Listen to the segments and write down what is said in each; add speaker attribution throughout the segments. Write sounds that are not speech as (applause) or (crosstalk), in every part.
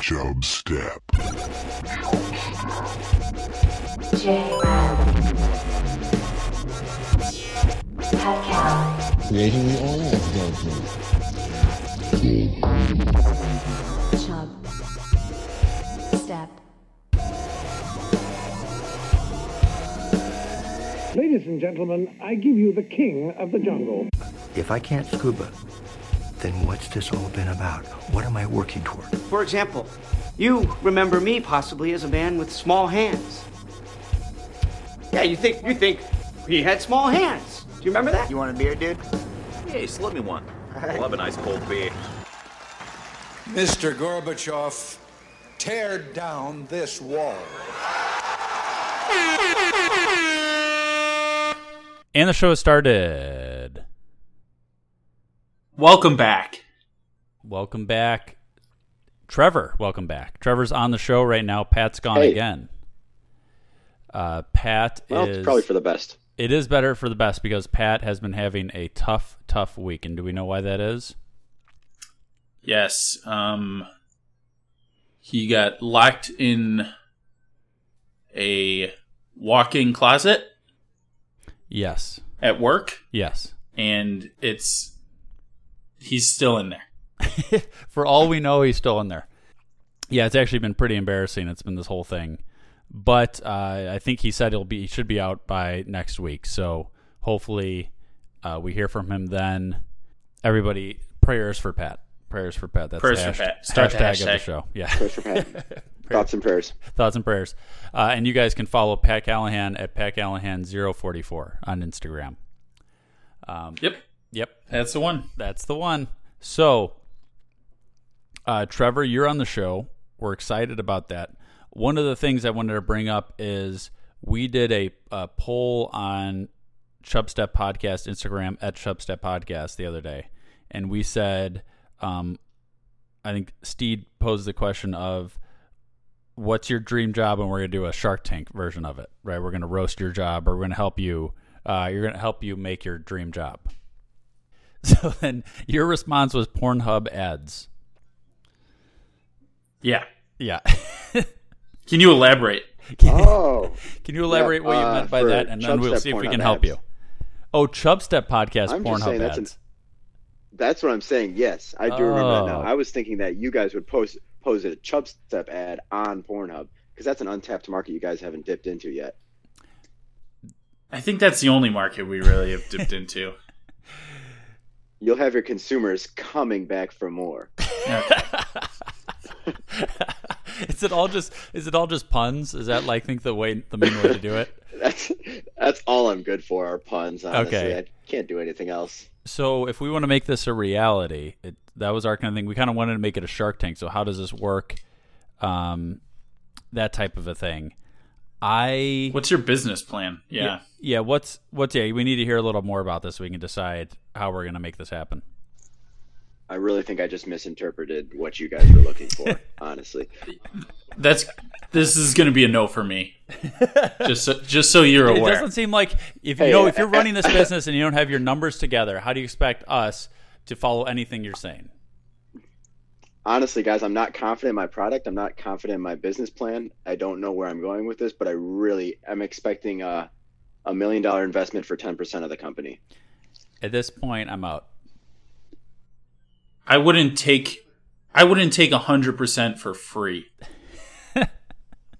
Speaker 1: Job Step.
Speaker 2: Creating the oil of
Speaker 3: Chub. Step.
Speaker 4: Ladies and gentlemen, I give you the king of the jungle.
Speaker 5: If I can't scuba, then what's this all been about? What am I working toward?
Speaker 6: For example, you remember me possibly as a man with small hands. Yeah, you think you think he had small hands. Do you remember that?
Speaker 7: You want a beer, dude?
Speaker 8: Hey, slip me one. I love a nice cold beer.
Speaker 9: Mr. Gorbachev, tear down this wall.
Speaker 10: And the show started.
Speaker 11: Welcome back.
Speaker 10: Welcome back, Trevor. Welcome back. Trevor's on the show right now. Pat's gone
Speaker 12: Hey.
Speaker 10: again. Uh, Pat
Speaker 12: Well,
Speaker 10: is
Speaker 12: it's probably for the best.
Speaker 10: It is better for the best because Pat has been having a tough, tough week, and do we know why that is?
Speaker 11: Yes. Um he got locked in a walk-in closet
Speaker 10: Yes,
Speaker 11: at work
Speaker 10: yes.
Speaker 11: and it's he's still in there.
Speaker 10: For all we know, he's still in there. Yeah, it's actually been pretty embarrassing. It's been this whole thing, but uh, I think he said he'll be he should be out by next week. So hopefully, uh, we hear from him then. Everybody, prayers for Pat. Prayers for Pat. That's
Speaker 11: Prayers
Speaker 10: the
Speaker 11: for
Speaker 10: hash-
Speaker 11: Pat. Start the
Speaker 10: hashtag of the
Speaker 11: hashtag.
Speaker 10: show. Yeah. (laughs)
Speaker 12: Prayers for Pat. Thoughts and prayers.
Speaker 10: thoughts and prayers. Uh, and you guys can follow Pat Callahan at Pat Callahan044 on Instagram. Um,
Speaker 11: Yep.
Speaker 10: Yep,
Speaker 11: That's the one.
Speaker 10: that's the one. So, uh, Trevor, you're on the show. We're excited about that. One of the things I wanted to bring up is we did a, a poll on Chubstep Podcast Instagram at Chubstep Podcast the other day, and we said, um, I think Steed posed the question of, "What's your dream job?" And we're gonna do a Shark Tank version of it, right? We're gonna roast your job, or we're gonna help you. Uh, you're gonna help you make your dream job. (laughs) So then your response was Pornhub ads.
Speaker 11: Yeah.
Speaker 10: (laughs) Yeah.
Speaker 11: Can you elaborate?
Speaker 12: Oh,
Speaker 10: (laughs) Can you elaborate what you
Speaker 12: uh,
Speaker 10: meant by
Speaker 12: for
Speaker 10: that? And then we'll
Speaker 12: Chubstep
Speaker 10: see if we
Speaker 12: Pornhub
Speaker 10: can help
Speaker 12: ads.
Speaker 10: you. Oh, Chubstep Podcast
Speaker 12: I'm just
Speaker 10: Pornhub
Speaker 12: saying that's
Speaker 10: ads.
Speaker 12: an- that's what I'm saying. Yes, I do remember that now.
Speaker 10: Oh.
Speaker 12: I was thinking that you guys would post pose a Chub Step ad on Pornhub because that's an untapped market you guys haven't dipped into yet.
Speaker 11: I think that's the only market we really have
Speaker 10: (laughs)
Speaker 11: dipped into.
Speaker 12: You'll have your consumers coming back for more.
Speaker 10: (laughs) is it all just is it all just puns? Is that like think the way the main way to do it?
Speaker 12: That's that's all I'm good for are puns. Honestly,
Speaker 10: Okay.
Speaker 12: I can't do anything else.
Speaker 10: So if we want to make this a reality, it, that was our kind of thing. We kind of wanted to make it a Shark Tank. So how does this work? Um, that type of a thing. I
Speaker 11: What's your business plan? Yeah.
Speaker 10: yeah. What's what's yeah? We need to hear a little more about this. so We can decide how we're gonna make this happen.
Speaker 12: I really think I just misinterpreted what you guys were looking
Speaker 10: (laughs)
Speaker 12: for. honestly,
Speaker 11: That's this is going to be a no for
Speaker 10: (laughs)
Speaker 11: me. just so, just so you're
Speaker 10: It
Speaker 11: aware.
Speaker 10: doesn't seem like if you
Speaker 12: uh,
Speaker 10: know if you're running this business and you don't have your numbers together, how do you expect us to follow anything you're saying?
Speaker 12: honestly, guys, I'm not confident in my product. I'm not confident in my business plan. I don't know where I'm going with this, but I really am expecting a, a million dollar investment for 10% of the company.
Speaker 10: At this point, I'm out.
Speaker 11: I wouldn't take I wouldn't take 100% for
Speaker 10: (laughs)
Speaker 11: free.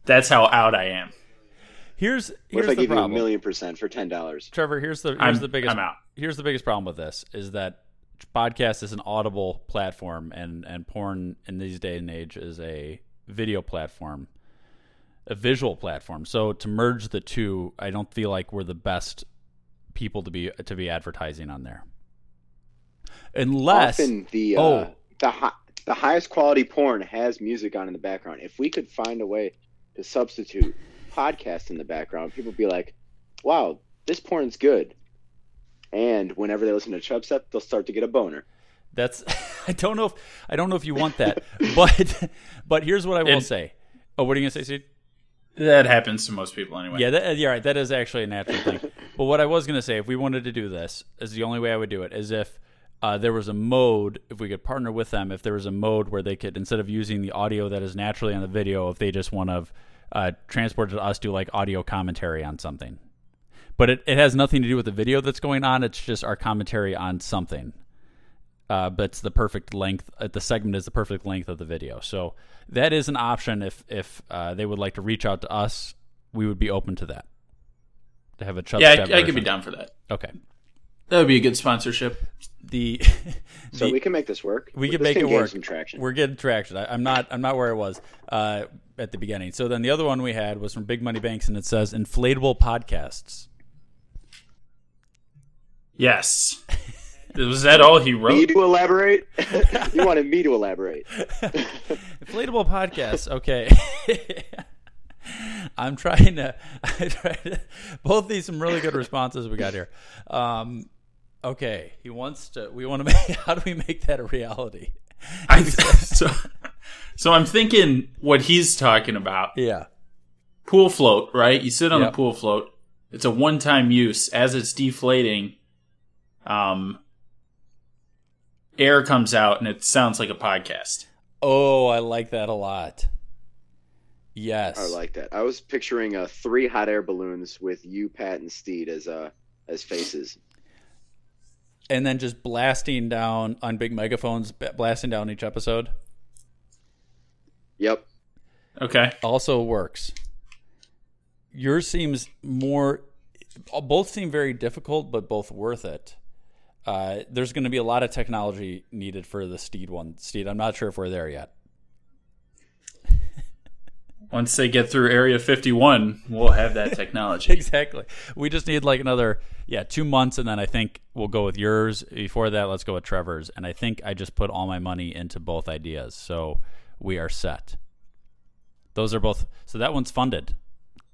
Speaker 11: That's how out I am.
Speaker 10: Here's
Speaker 12: What
Speaker 10: here's
Speaker 12: if I
Speaker 10: the
Speaker 12: give
Speaker 10: problem.
Speaker 12: you a million percent for $10?
Speaker 10: Trevor, here's the here's
Speaker 11: I'm-
Speaker 10: the biggest
Speaker 11: I'm out.
Speaker 10: here's the biggest problem with this is that podcast is an audible platform and and porn in these day and age is a video platform, a visual platform. So to merge the two, I don't feel like we're the best people to be to be advertising on there. Unless
Speaker 12: Often the, uh,
Speaker 10: oh
Speaker 12: the, hi- the highest quality porn has music on in the background. If we could find a way to substitute podcasts in the background, people would be like, wow, this porn's good. And whenever they listen to Chubstep, they'll start to get a boner.
Speaker 10: That's (laughs) I don't know if I don't know if you want that, but (laughs) but here's what I will
Speaker 11: And-
Speaker 10: say. Oh, what are you gonna say, Steve?
Speaker 11: That happens to most people anyway.
Speaker 10: Yeah, that, yeah, right. That is actually a natural thing. but what I was gonna say, if we wanted to do this, is the only way I would do it is if uh, there was a mode if we could partner with them if there was a mode where they could instead of using the audio that is naturally on the video if they just want to uh, transport it to us do like audio commentary on something but it, it has nothing to do with the video that's going on it's just our commentary on something uh, but it's the perfect length uh, the segment is the perfect length of the video so that is an option if if uh, they would like to reach out to us we would be open to that to have a chub
Speaker 11: yeah,
Speaker 10: step
Speaker 11: I, I could be
Speaker 10: version.
Speaker 11: down for that.
Speaker 10: okay
Speaker 11: That would be a good sponsorship.
Speaker 10: the (laughs)
Speaker 12: So we can make this work.
Speaker 10: we can
Speaker 12: This
Speaker 10: make
Speaker 12: thing
Speaker 10: it
Speaker 12: gained
Speaker 10: work.
Speaker 12: Some traction.
Speaker 10: We're getting traction. I, I'm not. I'm not where I was uh, at the beginning. So then the other one we had was from Big Money Banks, and it says inflatable podcasts.
Speaker 11: Yes. (laughs) Was that all he
Speaker 12: me
Speaker 10: (laughs)
Speaker 11: wrote?
Speaker 12: to Oh, elaborate? (laughs) you wanted me to elaborate.
Speaker 10: Inflatable podcasts. Okay. (laughs) I'm trying to. (laughs) I tried to. Both these some really good responses we got here. Um, okay, he wants to. We want to (laughs) make. How do we make that a reality?
Speaker 11: I, so, so I'm thinking what he's talking about.
Speaker 10: Yeah.
Speaker 11: Pool float, right? You sit on
Speaker 10: Yep.
Speaker 11: a pool float. It's a one-time use. As it's deflating, um, air comes out and it sounds like a podcast.
Speaker 10: Oh, I like that a lot. Yes.
Speaker 12: I like that. I was picturing uh, three hot air balloons with you, Pat, and Steed as uh, as faces.
Speaker 10: and then just blasting down on big megaphones, b- blasting down each episode
Speaker 12: Yep.
Speaker 11: Okay.
Speaker 10: also works. Yours seems more, both seem very difficult, but both worth it. Uh, there's going to be a lot of technology needed for the Steed one. Steed, I'm not sure if we're there yet.
Speaker 11: Once they get through Area 51, we'll have that technology.
Speaker 10: (laughs) Exactly. We just need like another, yeah, two months, and then I think we'll go with yours. Before that, let's go with Trevor's. And I think I just put all my money into both ideas, so we are set. Those are both. So that one's funded.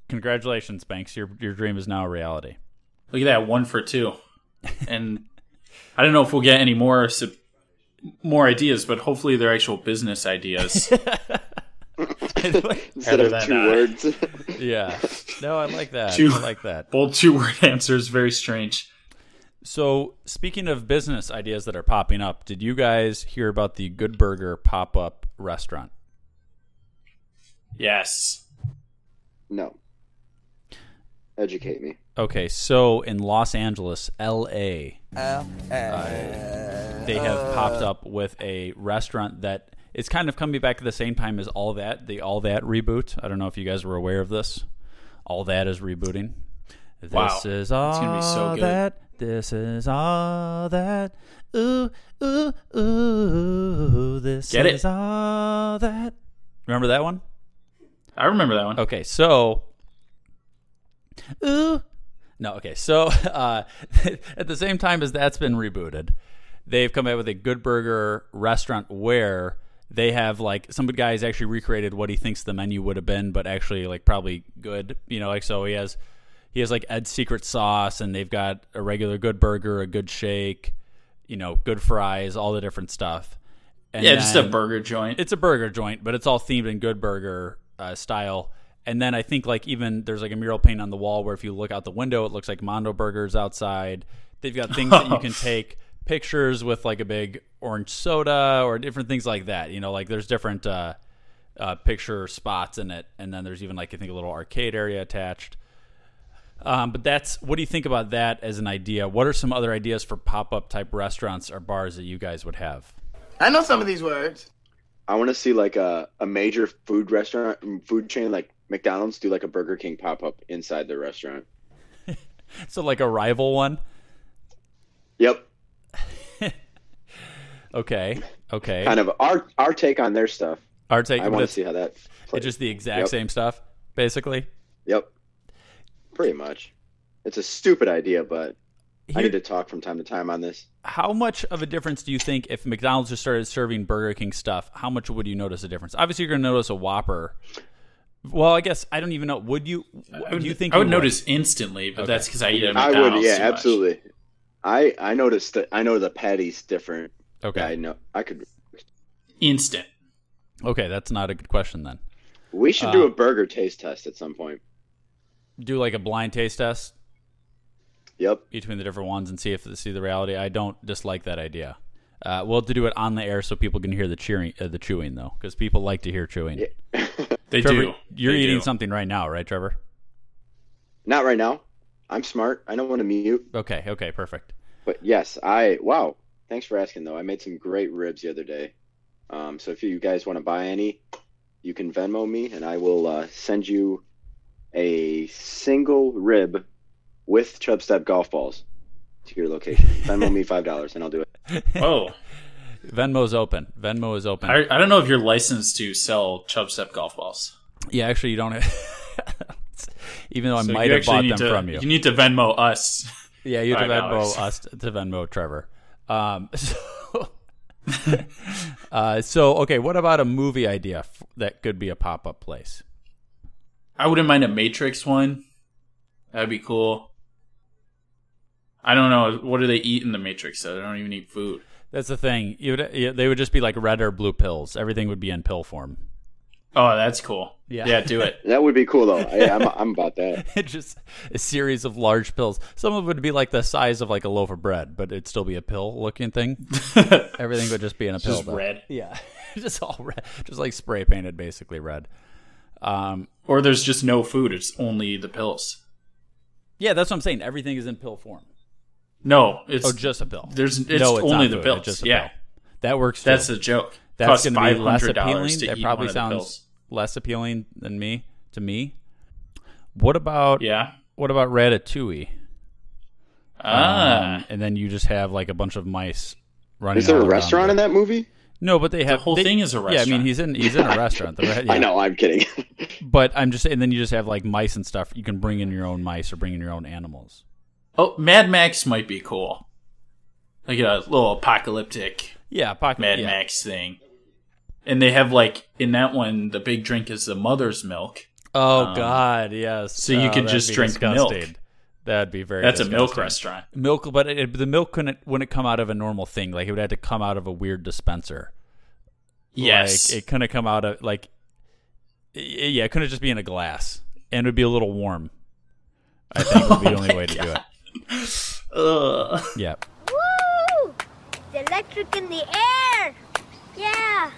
Speaker 10: Congratulations, Banks. Your your dream is now a reality.
Speaker 11: Look at that, one for two. And I don't know if we'll get any more sub- more ideas, but hopefully they're actual business ideas.
Speaker 12: (laughs) Instead
Speaker 10: (laughs)
Speaker 11: Rather
Speaker 12: of
Speaker 11: than,
Speaker 12: two
Speaker 11: uh,
Speaker 12: words.
Speaker 10: yeah. No, I like that.
Speaker 11: Two-
Speaker 10: I like
Speaker 11: (laughs)
Speaker 10: that.
Speaker 11: Bold two word (laughs) answers, very strange.
Speaker 10: So, speaking of business ideas that are popping up, did you guys hear about the Good Burger pop up restaurant?
Speaker 11: Yes.
Speaker 12: no. Educate me.
Speaker 10: Okay, so in Los Angeles, LA, uh, they have popped up with a restaurant that it's kind of coming back at the same time as All That, the All That reboot. I don't know if you guys were aware of this. All That is rebooting. This
Speaker 11: Wow.
Speaker 10: is all
Speaker 11: It's gonna be so good.
Speaker 10: that. This is all that. Ooh, ooh, ooh. This
Speaker 11: Get it.
Speaker 10: is all that. Remember that one?
Speaker 11: I remember that one.
Speaker 10: Okay, so. Ooh. No, okay. So (laughs) uh, at the same time as that's been rebooted, they've come out with a Good Burger restaurant where they have like some guy's actually recreated what he thinks the menu would have been, but actually like probably good. You know, like so he has he has like Ed's secret sauce, and they've got a regular Good Burger, a good shake, you know, good fries, all the different stuff. And
Speaker 11: yeah, just a
Speaker 10: then-
Speaker 11: burger joint.
Speaker 10: it's a burger joint, but it's all themed in good burger uh, style. And then I think like even there's like a mural paint on the wall where if you look out the window, it looks like Mondo Burgers outside. They've got things that you
Speaker 11: (laughs)
Speaker 10: can take pictures with, like a big orange soda or different things like that. You know, like there's different uh, uh, picture spots in it, and then there's even like I think a little arcade area attached. Um, but that's what do you think about that as an idea? What are some other ideas for pop up type restaurants or bars that you guys would have?
Speaker 1: I know some of these words.
Speaker 12: I want to see like a, a major food restaurant, mm, food chain like McDonald's do like a Burger King pop up inside their restaurant.
Speaker 10: So like a rival one.
Speaker 12: Yep.
Speaker 10: Okay. Okay.
Speaker 12: Kind of our our take on their stuff.
Speaker 10: Our take.
Speaker 12: I want
Speaker 10: that's-
Speaker 12: to see how that.
Speaker 10: It's just the exact
Speaker 12: Yep.
Speaker 10: same stuff, basically.
Speaker 12: Yep. Pretty much. It's a stupid idea, but I
Speaker 10: Here-
Speaker 12: need to talk from time to time on this.
Speaker 10: How much of a difference do you think if McDonald's just started serving Burger King stuff? How much would you notice a difference? Obviously, you're going to notice a Whopper. Well, I guess I don't even know. Would you?
Speaker 11: I would,
Speaker 10: do you think
Speaker 11: I would
Speaker 10: you
Speaker 11: notice instantly, but that's because I eat at
Speaker 12: I
Speaker 11: McDonald's.
Speaker 12: would, yeah,
Speaker 11: too much.
Speaker 12: absolutely. I I noticed that. I know the patty's different.
Speaker 10: Okay.
Speaker 12: I know. I could.
Speaker 11: Instant.
Speaker 10: Okay, that's not a good question then.
Speaker 12: We should
Speaker 10: Uh,
Speaker 12: do a burger taste test at some point.
Speaker 10: Do like a blind taste test.
Speaker 12: Yep.
Speaker 10: Between the different ones and see if see the reality. I don't dislike that idea. Uh, we'll have to do it on the air so people can hear the cheering, uh, the chewing though, because people like to hear chewing.
Speaker 11: They
Speaker 10: Trevor,
Speaker 11: do.
Speaker 10: You're
Speaker 11: They
Speaker 10: eating
Speaker 11: do.
Speaker 10: something right now, right, Trevor?
Speaker 12: Not right now. I'm smart. I don't want to mute.
Speaker 10: Okay. Okay. Perfect.
Speaker 12: But yes, I wow. Thanks for asking though. I made some great ribs the other day. Um, so if you guys want to buy any, you can Venmo me and I will uh, send you a single rib with Chubstep golf balls to
Speaker 11: (laughs)
Speaker 12: your location. Venmo me five dollars and I'll do it.
Speaker 11: Whoa.
Speaker 10: Venmo's open. Venmo is open.
Speaker 11: I, I don't know if you're licensed to sell Chubstep golf balls.
Speaker 10: yeah. Actually, you don't. (laughs) Have, even though I
Speaker 11: So
Speaker 10: might
Speaker 11: you
Speaker 10: have
Speaker 11: actually
Speaker 10: bought
Speaker 11: need
Speaker 10: them
Speaker 11: to-
Speaker 10: from you.
Speaker 11: You need to Venmo us. (laughs)
Speaker 10: Yeah, you have to
Speaker 11: $5.
Speaker 10: Venmo us to Venmo Trevor. Um, (laughs) so, uh, so okay, what about a movie idea f- that could be a pop up place?
Speaker 11: I wouldn't mind a Matrix one. That'd be cool. I don't know. What do they eat in the Matrix? Though? They don't even eat food.
Speaker 10: That's the thing. You would, yeah, they would just be like red or blue pills. Everything would be in pill form.
Speaker 11: Oh, that's cool.
Speaker 10: Yeah.
Speaker 11: Yeah, do it.
Speaker 12: That would be cool though. I, I'm I'm about
Speaker 10: (laughs)
Speaker 12: that.
Speaker 10: just a series of large pills. Some of it would be like the size of like a loaf of bread, but it'd still be a pill
Speaker 11: (laughs)
Speaker 10: looking thing. Everything would just be in a pill.
Speaker 11: Just
Speaker 10: though.
Speaker 11: red.
Speaker 10: Yeah, (laughs) just all red, just like spray painted, basically red. Um,
Speaker 11: Or there's just no food. It's only the pills.
Speaker 10: yeah, that's what I'm saying. Everything is in pill form.
Speaker 11: No, it's
Speaker 10: oh, just a pill.
Speaker 11: there's- it's
Speaker 10: not
Speaker 11: only the
Speaker 10: food,
Speaker 11: pills,
Speaker 10: It's just a
Speaker 11: yeah.
Speaker 10: pill. that works. Too.
Speaker 11: that's the joke.
Speaker 10: that's
Speaker 11: Costs
Speaker 10: gonna be less
Speaker 11: $500
Speaker 10: appealing.
Speaker 11: to
Speaker 10: That
Speaker 11: eat
Speaker 10: probably
Speaker 11: one of the
Speaker 10: sounds
Speaker 11: pills.
Speaker 10: less appealing than me to me. What about
Speaker 11: Yeah.
Speaker 10: what about Ratatouille?
Speaker 11: Ah,
Speaker 10: Um, and then you just have like a bunch of mice running.
Speaker 12: Is there
Speaker 10: all
Speaker 12: a
Speaker 10: around
Speaker 12: restaurant in
Speaker 10: it.
Speaker 12: that movie?
Speaker 10: No, but they have
Speaker 11: whole
Speaker 10: they-
Speaker 11: thing is a
Speaker 10: Yeah, I mean
Speaker 11: restaurant.
Speaker 10: he's in he's in a restaurant. The re- yeah.
Speaker 12: (laughs) I know. I'm kidding.
Speaker 10: but I'm just saying. Then you just have like mice and stuff. You can bring in your own mice or bring in your own animals.
Speaker 11: oh, Mad Max might be cool. Like a little apocalyptic
Speaker 10: Yeah, pocket
Speaker 11: Mad
Speaker 10: yeah.
Speaker 11: Max thing. And they have like in that one, the big drink is the mother's milk.
Speaker 10: Oh
Speaker 11: Um,
Speaker 10: God, yes.
Speaker 11: so you
Speaker 10: Oh,
Speaker 11: could
Speaker 10: that'd
Speaker 11: just
Speaker 10: be
Speaker 11: drink milk.
Speaker 10: disgusting. That'd be
Speaker 11: (laughs)
Speaker 10: very.
Speaker 11: That's a milk
Speaker 10: disgusting.
Speaker 11: restaurant.
Speaker 10: Milk, but it, the milk couldn't wouldn't come out of a normal thing. Like it would have to come out of a weird dispenser.
Speaker 11: Yes,
Speaker 10: like, it couldn't come out of like. i- yeah, it couldn't just be in a glass, and it would be a little warm. I
Speaker 11: (laughs)
Speaker 10: think would be the only way to do it.
Speaker 11: Oh Ugh.
Speaker 10: Yeah.
Speaker 7: Woo! It's electric in the air! Yeah!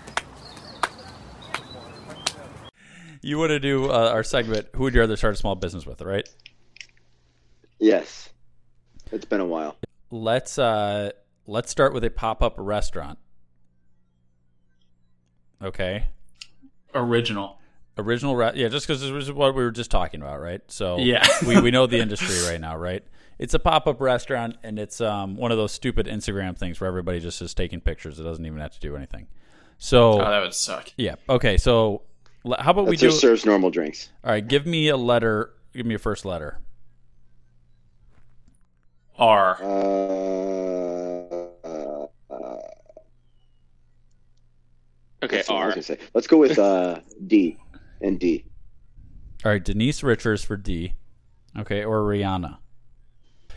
Speaker 10: You want to do uh, our segment? Who would you rather start a small business with? Right.
Speaker 12: yes. It's been a while.
Speaker 10: Let's uh let's start with a pop up restaurant. Okay.
Speaker 11: original.
Speaker 10: original ra- yeah just because this was what we were just talking about right so
Speaker 11: Yeah.
Speaker 10: (laughs) we, we know the industry right now right it's a pop-up restaurant and it's um, one of those stupid instagram things where everybody just is taking pictures it doesn't even have to do anything so
Speaker 11: Oh, that would suck.
Speaker 10: yeah okay so le- how about
Speaker 12: That
Speaker 10: we do
Speaker 12: just serves normal drinks.
Speaker 10: all right give me a letter give me your first letter
Speaker 11: R.
Speaker 12: Uh, uh, uh,
Speaker 8: Okay,
Speaker 12: That's what I was
Speaker 8: R.
Speaker 12: gonna say. Let's go with uh, D and D.
Speaker 10: all right denise richards for d okay or rihanna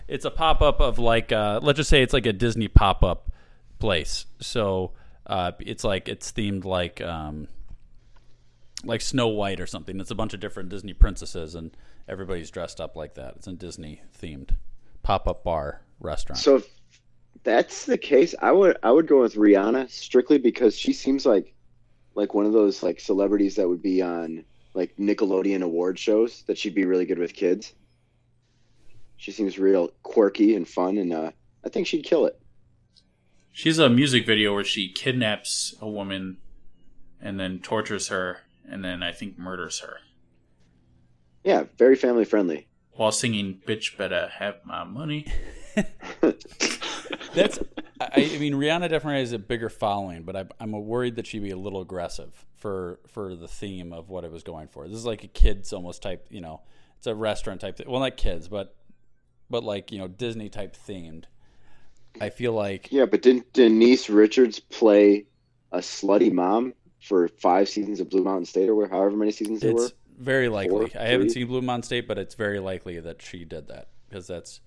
Speaker 10: it's a pop-up of like uh, let's just say it's like a disney pop-up place so uh, it's like it's themed like um, like Snow White or something. It's a bunch of different Disney princesses, and everybody's dressed up like that. It's a Disney themed pop up bar restaurant.
Speaker 12: So if that's the case, I would I would go with Rihanna strictly because she seems like like one of those like celebrities that would be on like Nickelodeon award shows that she'd be really good with kids. She seems real quirky and fun, and uh, I think she'd kill it.
Speaker 11: She's a music video where she kidnaps a woman and then tortures her and then I think murders her
Speaker 12: Yeah, very family friendly.
Speaker 11: while singing "Bitch Better Have My Money."
Speaker 10: that's, I, I mean, Rihanna definitely has a bigger following, but I, I'm worried that she'd be a little aggressive for for the theme of what it was going for. This is like a kids almost type, you know, it's a restaurant type. Thing. Well, not kids, but but like you know Disney type themed. I feel like
Speaker 12: Yeah, but didn't Denise Richards play a slutty mom for five seasons of Blue Mountain State or however many seasons there were?
Speaker 10: It's very likely. I haven't
Speaker 12: three.
Speaker 10: seen Blue Mountain State, but it's very likely that she did that because that's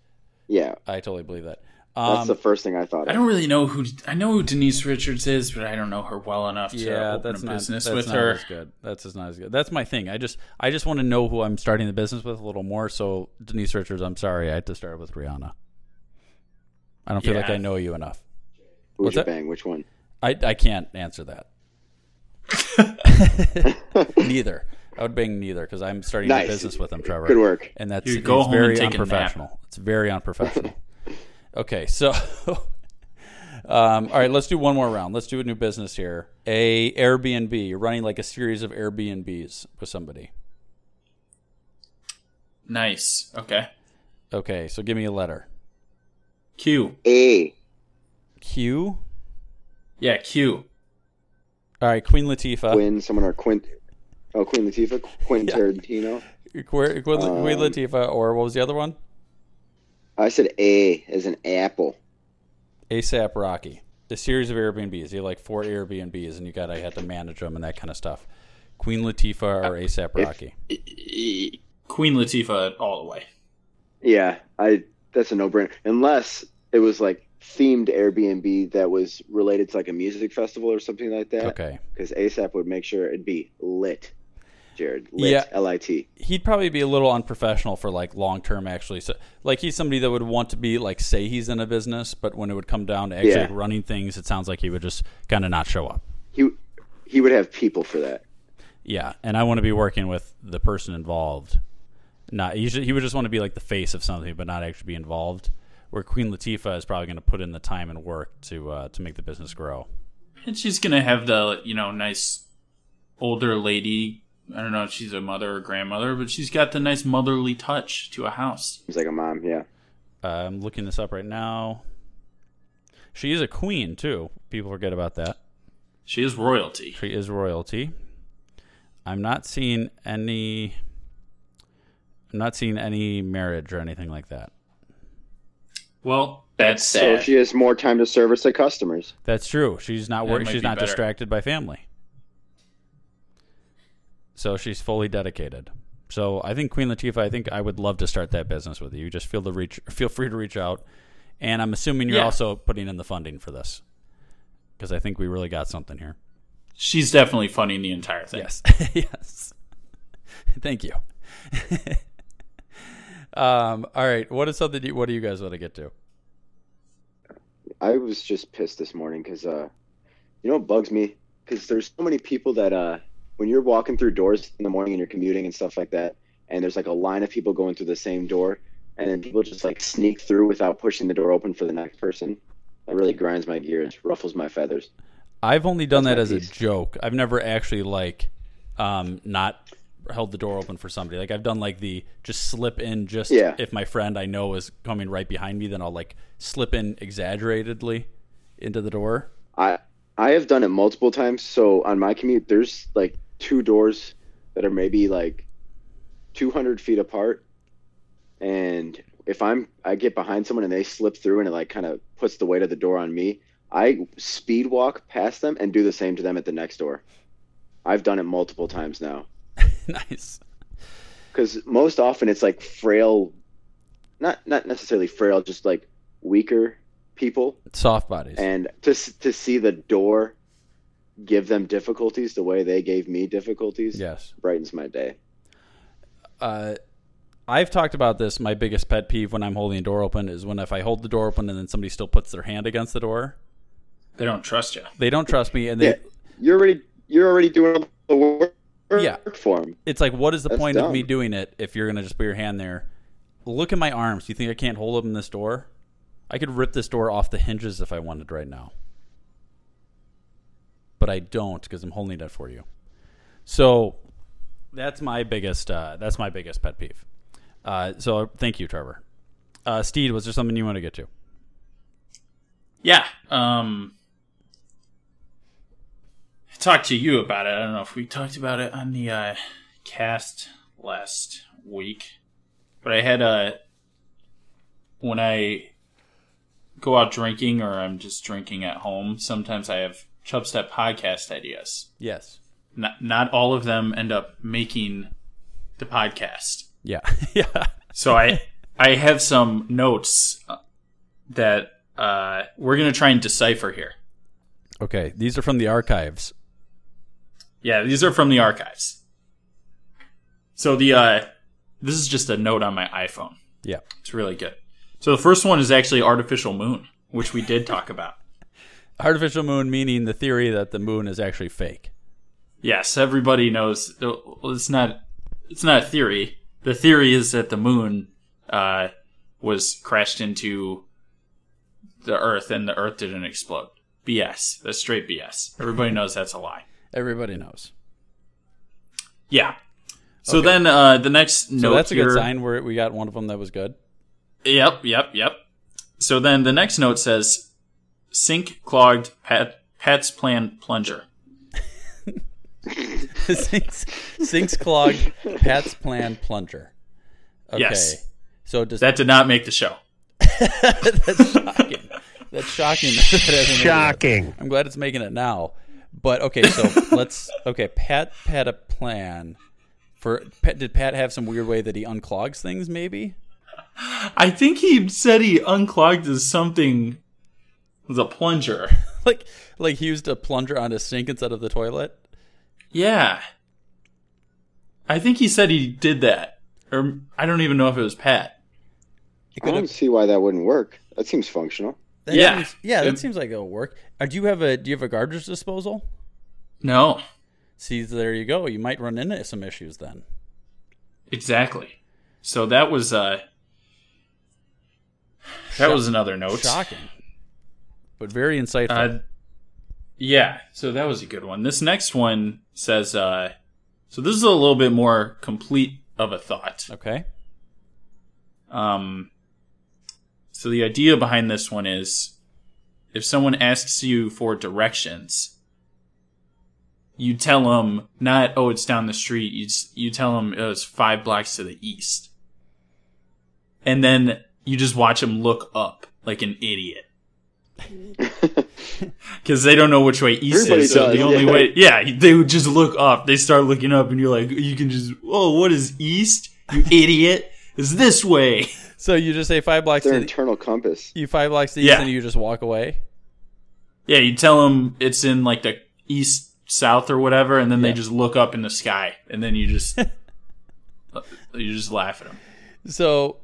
Speaker 12: Yeah,
Speaker 10: I totally believe that. Um,
Speaker 12: That's the first thing I thought.
Speaker 11: I
Speaker 12: of.
Speaker 11: don't really know who I know who Denise Richards is, but I don't know her well enough to
Speaker 10: yeah,
Speaker 11: open
Speaker 10: that's
Speaker 11: a
Speaker 10: not,
Speaker 11: business
Speaker 10: that's
Speaker 11: with
Speaker 10: not
Speaker 11: her.
Speaker 10: As good. That's just not as good. That's my thing. I just I just want to know who I'm starting the business with a little more. So Denise Richards, I'm sorry, I had to start with Rihanna. I don't feel like
Speaker 12: Yeah.
Speaker 10: I know you enough.
Speaker 12: Who would
Speaker 10: What's
Speaker 12: you
Speaker 10: that?
Speaker 12: bang? Which one?
Speaker 10: I I can't answer
Speaker 12: (laughs)
Speaker 10: that. neither. I would bang neither because I'm starting
Speaker 12: Nice.
Speaker 10: a business with him, Trevor.
Speaker 12: Good work.
Speaker 10: And that's
Speaker 12: Dude, go
Speaker 10: it's
Speaker 12: home and
Speaker 10: very
Speaker 12: take a nap.
Speaker 10: unprofessional. It's very
Speaker 12: (laughs)
Speaker 10: unprofessional. okay, so um, all right, let's do one more round. Let's do a new business here. A Airbnb. You're running like a series of Airbnbs with somebody.
Speaker 11: Nice. Oh, Okay.
Speaker 10: Okay, so give me a letter.
Speaker 11: Q.
Speaker 12: A.
Speaker 10: Q.
Speaker 11: Yeah, Q.
Speaker 10: All right, Queen Latifah.
Speaker 12: Quinn, someone or Quint. Oh, Queen Latifah, Quentin Tarantino.
Speaker 10: Qu- Queen Queen
Speaker 12: Um,
Speaker 10: Latifah, or what was the other one?
Speaker 12: I said A as an apple.
Speaker 10: ASAP Rocky. The series of Airbnbs. You had like four Airbnbs, and you got I had to manage them and that kind of stuff. Queen Latifah or ASAP Rocky.
Speaker 11: Queen Latifah all the way.
Speaker 12: Yeah, I. That's a no-brainer. Unless it was like themed Airbnb that was related to like a music festival or something like that.
Speaker 10: Okay.
Speaker 12: Because ASAP would make sure it'd be lit. Jared, lit.
Speaker 10: Yeah.
Speaker 12: L-I-T.
Speaker 10: He'd probably be a little unprofessional for like long term, actually. So, like, he's somebody that would want to be like say he's in a business, but when it would come down to actually
Speaker 12: Yeah.
Speaker 10: running things, it sounds like he would just kind of not show up.
Speaker 12: He he would have people for that.
Speaker 10: Yeah, and I want to be working with the person involved. Not he, should, he would just want to be like the face of something, but not actually be involved. Where Queen Latifah is probably going to put in the time and work to uh, to make the business grow.
Speaker 11: And she's gonna have the you know nice older lady. I don't know if she's a mother or grandmother, but she's got the nice motherly touch to a house.
Speaker 12: He's like a mom, yeah.
Speaker 10: Uh, I'm looking this up right now. She is a queen too. People forget about that.
Speaker 11: She is royalty.
Speaker 10: She is royalty. I'm not seeing any. I'm not seeing any marriage or anything like that.
Speaker 11: Well, that's
Speaker 12: So
Speaker 11: sad.
Speaker 12: she has more time to service the customers.
Speaker 10: That's true. She's not
Speaker 11: That
Speaker 10: worried.
Speaker 11: might
Speaker 10: She's
Speaker 11: be
Speaker 10: not
Speaker 11: better.
Speaker 10: distracted by family. So she's fully dedicated. So I think Queen Latifah. I think I would love to start that business with you. Just feel the reach. Feel free to reach out. And I'm assuming you're
Speaker 11: Yeah.
Speaker 10: also putting in the funding for this, because I think we really got something here.
Speaker 11: She's definitely funding the entire thing.
Speaker 10: Yes. (laughs) yes. Thank you. (laughs) um, all right. What is something? You, what do you guys want to get to?
Speaker 12: I was just pissed this morning because, uh, you know, what bugs me because there's so many people that uh, when you're walking through doors in the morning and you're commuting and stuff like that, and there's like a line of people going through the same door, and then people just like sneak through without pushing the door open for the next person. That really grinds my gears, ruffles my feathers.
Speaker 10: I've only done that as a joke. I've never actually like um, not held the door open for somebody. Like I've done like the just slip in just
Speaker 12: Yeah.
Speaker 10: if my friend I know is coming right behind me, then I'll like slip in exaggeratedly into the door. (laughs)
Speaker 12: I I have done it multiple times. So on my commute, there's like two doors that are maybe like 200 feet apart, and if I'm I get behind someone and they slip through and it like kind of puts the weight of the door on me, I speed walk past them and do the same to them at the next door. I've done it multiple times now.
Speaker 10: nice.
Speaker 12: Because most often it's like frail, not not necessarily frail, just like weaker people
Speaker 10: Soft bodies.
Speaker 12: and to s- to see the door give them difficulties the way they gave me difficulties
Speaker 10: yes
Speaker 12: brightens my day
Speaker 10: uh, I've talked about this. My biggest pet peeve when I'm holding a door open is when if I hold the door open and then somebody still puts their hand against the door,
Speaker 11: They don't trust you.
Speaker 10: they don't trust me, and they
Speaker 12: Yeah. you're already you're already doing all the work
Speaker 10: Yeah.
Speaker 12: for them
Speaker 10: it's like, what is the
Speaker 12: That's
Speaker 10: point of
Speaker 12: dumb.
Speaker 10: me doing it if you're gonna just put your hand there? Look at my arms. Do you think I can't hold open this door? I could rip this door off the hinges if I wanted right now, but I don't because I'm holding it for you. So that's my biggest uh, that's my biggest pet peeve. Uh, so thank you, Trevor. Uh, Steed, was there something you want to get to?
Speaker 11: Yeah. Um I talked to you about it. I don't know if we talked about it on the uh, cast last week. But I had uh when I go out drinking or I'm just drinking at home, sometimes I have Chubstep podcast ideas.
Speaker 10: Yes.
Speaker 11: Not not all of them end up making the podcast.
Speaker 10: Yeah. (laughs)
Speaker 11: So I I have some notes uh, that
Speaker 12: uh, we're gonna try and decipher here.
Speaker 10: Okay, these are from the archives.
Speaker 12: Yeah, these are from the archives. So the uh, this is just a note on my iPhone.
Speaker 10: Yeah.
Speaker 12: It's really good. So the first one is actually artificial moon, which we did talk about.
Speaker 10: Artificial moon meaning the theory that the moon is actually fake.
Speaker 12: Yes, everybody knows. well, It's not. It's not a theory. The theory is that the moon uh, was crashed into the Earth and the Earth didn't explode. BS. That's straight BS. Everybody knows that's a lie.
Speaker 10: Everybody knows.
Speaker 12: Yeah. So then uh, the next
Speaker 10: So
Speaker 12: note.
Speaker 10: that's a good
Speaker 12: here-
Speaker 10: sign. Where we got one of them that was
Speaker 12: (laughs)
Speaker 10: good.
Speaker 12: Yep, yep, yep. So then the next note says, "Sink clogged Pat, Pat's plan plunger."
Speaker 10: sinks, sinks clogged. Pat's plan plunger. Okay.
Speaker 12: Yes.
Speaker 10: So does
Speaker 12: that did not make the show?
Speaker 10: That's shocking. (laughs) that it hasn't made it.
Speaker 12: Shocking.
Speaker 10: I'm glad it's making it now. But okay,
Speaker 12: (laughs)
Speaker 10: so let's okay. Pat had a plan for. Pat, did Pat have some weird way that he unclogs things? Maybe. (laughs)
Speaker 12: I think he said he unclogged his something with a plunger.
Speaker 10: like like he used a plunger on his sink instead of the toilet.
Speaker 12: Yeah. I think he said he did that, or I don't even know if it was Pat.
Speaker 13: I
Speaker 12: Mm.
Speaker 13: don't see why that wouldn't work. That seems functional.
Speaker 10: That seems- yeah, that seems like it'll work. Uh, do you have a do you have a garbage disposal?
Speaker 12: No.
Speaker 10: See, there you go. You might run into some issues then.
Speaker 12: Exactly. So that was uh that was another note.
Speaker 10: Shocking. But very insightful.
Speaker 12: Uh, yeah, so that was a good one. This next one says uh so this is a little bit more complete of a thought.
Speaker 10: Okay.
Speaker 12: Um so the idea behind this one is if someone asks you for directions, you tell them not oh it's down the street, you s- you tell them oh, it's 5 blocks to the east. And then you just watch them look up like an idiot. Because they don't know which way east
Speaker 13: Everybody
Speaker 12: is, so
Speaker 13: does,
Speaker 12: the only
Speaker 13: yeah.
Speaker 12: way, yeah, they would just look up. They start looking up, and you're like, you can just, oh, what is east? You idiot! Is this way?
Speaker 10: So you just say five blocks.
Speaker 13: Their
Speaker 10: To the,
Speaker 13: internal compass.
Speaker 10: you five blocks to the east,
Speaker 12: Yeah.
Speaker 10: and you just walk away.
Speaker 12: Yeah, you tell them it's in like the east, south, or whatever, and then they just look up in the sky, and then you just you just laugh at them.
Speaker 10: So,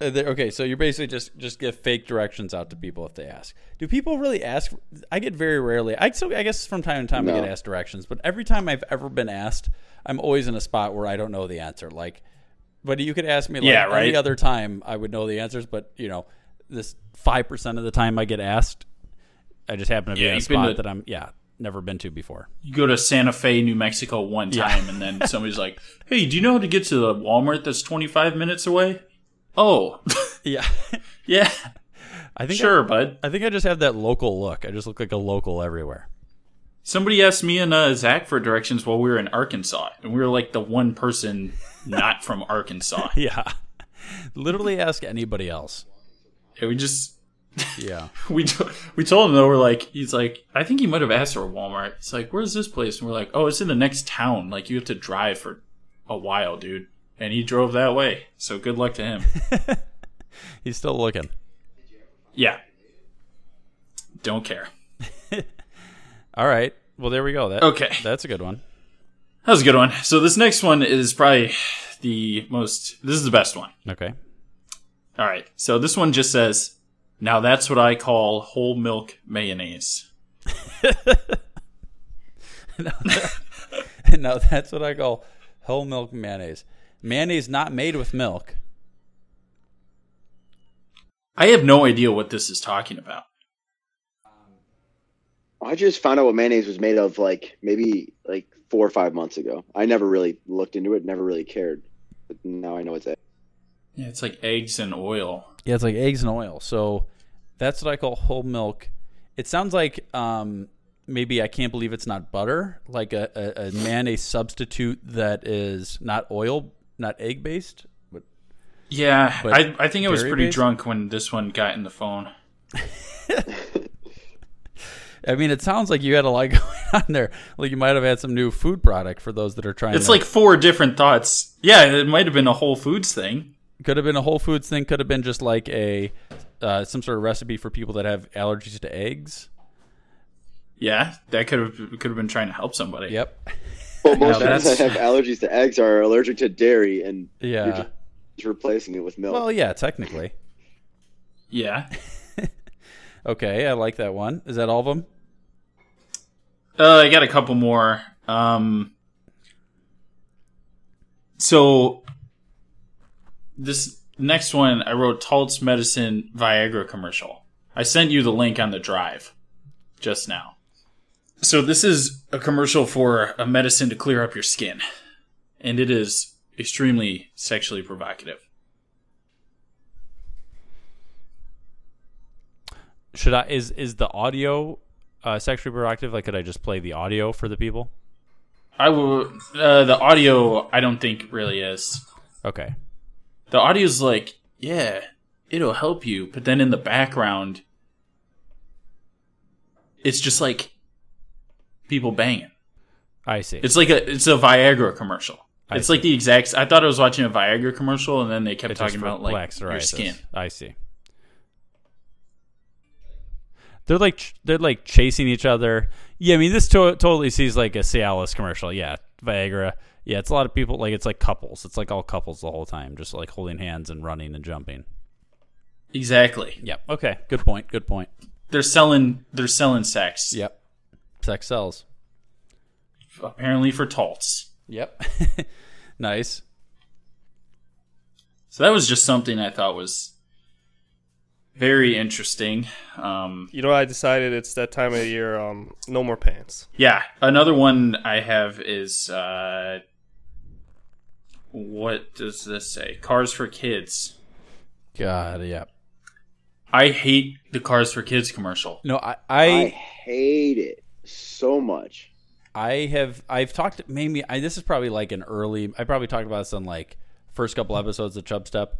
Speaker 10: uh, there- okay, so you're basically just just give fake directions out to people if they ask. Do people really ask? I get very rarely. I so I guess from time to time I
Speaker 13: No.
Speaker 10: get asked directions, but every time I've ever been asked, I'm always in a spot where I don't know the answer. Like, but you could ask me like
Speaker 12: Yeah, right.
Speaker 10: any other time, I would know the answers. But you know, this five percent of the time I get asked, I just happen to be
Speaker 12: Yeah,
Speaker 10: in a
Speaker 12: you've been
Speaker 10: spot
Speaker 12: to-
Speaker 10: that I'm yeah never been to before.
Speaker 12: You go to Santa Fe, New Mexico, one
Speaker 10: Yeah.
Speaker 12: time, and then somebody's like, "Hey, do you know how to get to the Walmart that's 25 minutes away?" Oh, (laughs)
Speaker 10: Yeah,
Speaker 12: yeah,
Speaker 10: I think
Speaker 12: sure,
Speaker 10: I,
Speaker 12: bud.
Speaker 10: I think I just have that local look. I just look like a local everywhere.
Speaker 12: Somebody asked me and uh, Zach for directions while we were in Arkansas, and we were like the one person not from Arkansas.
Speaker 10: (laughs) Yeah. Literally ask anybody else.
Speaker 12: And we just (laughs)
Speaker 10: Yeah.
Speaker 12: we to- (laughs) we told him though we're like he's like I think he might have asked for a Walmart. It's like where's this place? And we're like oh it's in the next town. Like you have to drive for a while, dude. And he drove that way. So good luck to him.
Speaker 10: He's still looking.
Speaker 12: yeah. Don't care.
Speaker 10: All right. Well, there we go. That,
Speaker 12: Okay.
Speaker 10: That's a good one.
Speaker 12: That was a good one. So this next one is probably the most. This is the best one. (laughs)
Speaker 10: Okay.
Speaker 12: All right. So this one just says, "Now that's what I call whole milk mayonnaise."
Speaker 10: now, that's what I call whole milk mayonnaise. Mayonnaise not made with milk.
Speaker 12: I have no idea what this is talking about.
Speaker 13: I just found out what mayonnaise was made of like maybe like four or five months ago. I never really looked into it, never really cared. But now I know it's it.
Speaker 12: Yeah, it's like eggs and oil.
Speaker 10: Yeah, it's like eggs and oil. So that's what I call whole milk. It sounds like um, maybe I can't believe it's not butter, like a, a, a mayonnaise substitute that is not oil, not egg based. But
Speaker 12: Yeah,
Speaker 10: But
Speaker 12: I, I think I was pretty
Speaker 10: dairy-based?
Speaker 12: drunk when this one got in the phone.
Speaker 10: I mean, it sounds like you had a lot (laughs) going on there. Like you might have had some new food product for those that are trying.
Speaker 12: It's
Speaker 10: to-
Speaker 12: like four different thoughts. Yeah, it might have been a Whole Foods thing.
Speaker 10: could have been a Whole Foods thing. Could have been just like a uh, some sort of recipe for people that have allergies to eggs.
Speaker 12: Yeah, that could have could have been trying to help somebody.
Speaker 10: Yep.
Speaker 14: Well, most
Speaker 12: No,
Speaker 14: people that
Speaker 12: that's-
Speaker 14: have allergies to eggs are allergic to dairy, and
Speaker 10: Yeah.
Speaker 14: you're
Speaker 12: (laughs)
Speaker 14: just- just replacing it with milk.
Speaker 10: Well, yeah, technically.
Speaker 12: Yeah.
Speaker 10: okay, I like that one. Is that all of them?
Speaker 12: Uh, I got a couple more. Um, so this next one, I wrote Taltz Medicine Viagra commercial. I sent you the link on the drive just now. So this is a commercial for a medicine to clear up your skin, and it is extremely sexually provocative.
Speaker 10: Should I? Is is the audio uh, sexually provocative? Like, could I just play the audio for the people?
Speaker 12: I will. Uh, the audio, I don't think really is.
Speaker 10: Okay.
Speaker 12: The audio's like, yeah, it'll help you, but then in the background, it's just like people banging.
Speaker 10: I see.
Speaker 12: It's like a it's a Viagra commercial.
Speaker 10: I
Speaker 12: it's like the exact. I thought I was watching a Viagra commercial, and then they kept
Speaker 10: It's just
Speaker 12: talking
Speaker 10: for
Speaker 12: about like
Speaker 10: black
Speaker 12: your
Speaker 10: psoriasis.
Speaker 12: skin.
Speaker 10: I see. They're like ch- they're like chasing each other. Yeah, I mean this to- totally sees like a Cialis commercial. Yeah, Viagra. Yeah, it's a lot of people like it's like couples. It's like all couples the whole time, just like holding hands and running and jumping.
Speaker 12: Exactly.
Speaker 10: Yep. Okay. Good point. Good point.
Speaker 12: They're selling. They're selling sex.
Speaker 10: Yep. Sex sells.
Speaker 12: Apparently for Taltz.
Speaker 10: Yep. (laughs) nice.
Speaker 12: So that was just something I thought was very interesting. Um,
Speaker 15: You know, what I decided it's that time of year. Um, no more pants.
Speaker 12: Yeah, another one I have is uh, what does this say? Cars for Kids.
Speaker 10: God. Yep.
Speaker 12: I hate the Cars for Kids commercial.
Speaker 10: No, I
Speaker 14: I
Speaker 10: I
Speaker 14: hate it so much.
Speaker 10: I have I've talked maybe I this is probably like an early I probably talked about this on like first couple
Speaker 12: Mm-hmm.
Speaker 10: episodes of Chub Step.